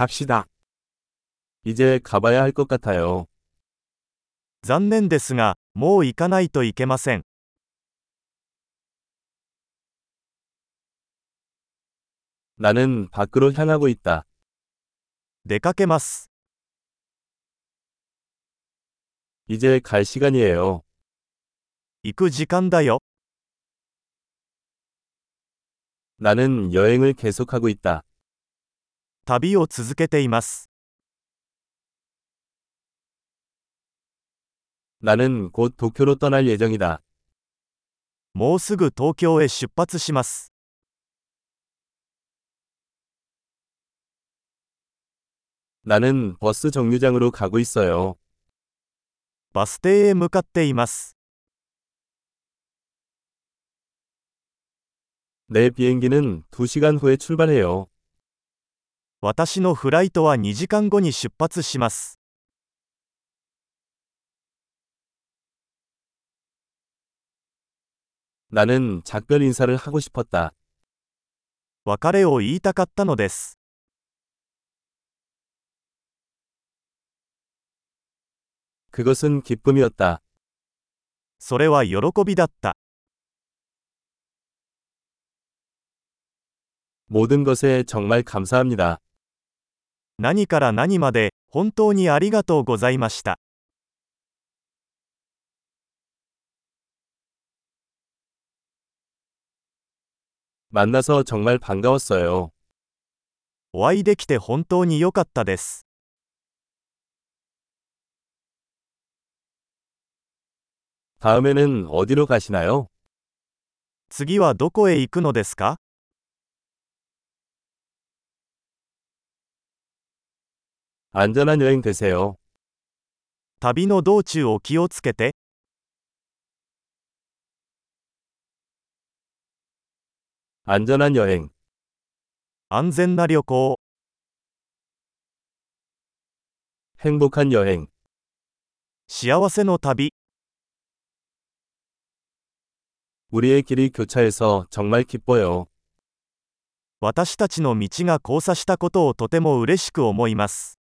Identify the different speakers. Speaker 1: 갑시다. 이제 가봐야 할 것 같아요.
Speaker 2: 残念ですが、もう行かないといけません。
Speaker 1: 나는 밖으로 향하고 있다.
Speaker 2: 出かけます。
Speaker 1: 이제 갈 시간이에요.
Speaker 2: 行く時間だよ。
Speaker 1: 나는 여행을 계속하고 있다.
Speaker 2: 旅を続けています。
Speaker 1: 나는 곧 도쿄로 떠날 예정이다.
Speaker 2: もうすぐ東京へ出発します。
Speaker 1: 나는 버스 정류장으로 가고 있어요.
Speaker 2: バス停へ向かっています。
Speaker 1: 내 비행기는 2시간 후에 출발해요.
Speaker 2: 私のフライトは2時間後に出発します。
Speaker 1: 나는 작별 인사를 하고 싶었다.
Speaker 2: 別れを言いたかったのです。
Speaker 1: 그것은 기쁨이었다.
Speaker 2: それは喜びだった。
Speaker 1: 모든 것에 정말 감사합니다.
Speaker 2: 何から何まで、本当にありがとうございました。
Speaker 1: 만나서 정말 반가웠어요.
Speaker 2: お会いできて本当に良かったです。
Speaker 1: 다음에는 어디로 가시나요?
Speaker 2: 次はどこへ行くのですか
Speaker 1: 안전한 여행 되세요.
Speaker 2: 旅の道中を気をつけて、
Speaker 1: 안전한 여행.
Speaker 2: 安全な旅行を、
Speaker 1: 행복한 여행.
Speaker 2: 幸せの旅、
Speaker 1: 우리의 길이 교차해서 정말 기뻐요.
Speaker 2: 私たちの道が交差したことをとても嬉しく思います。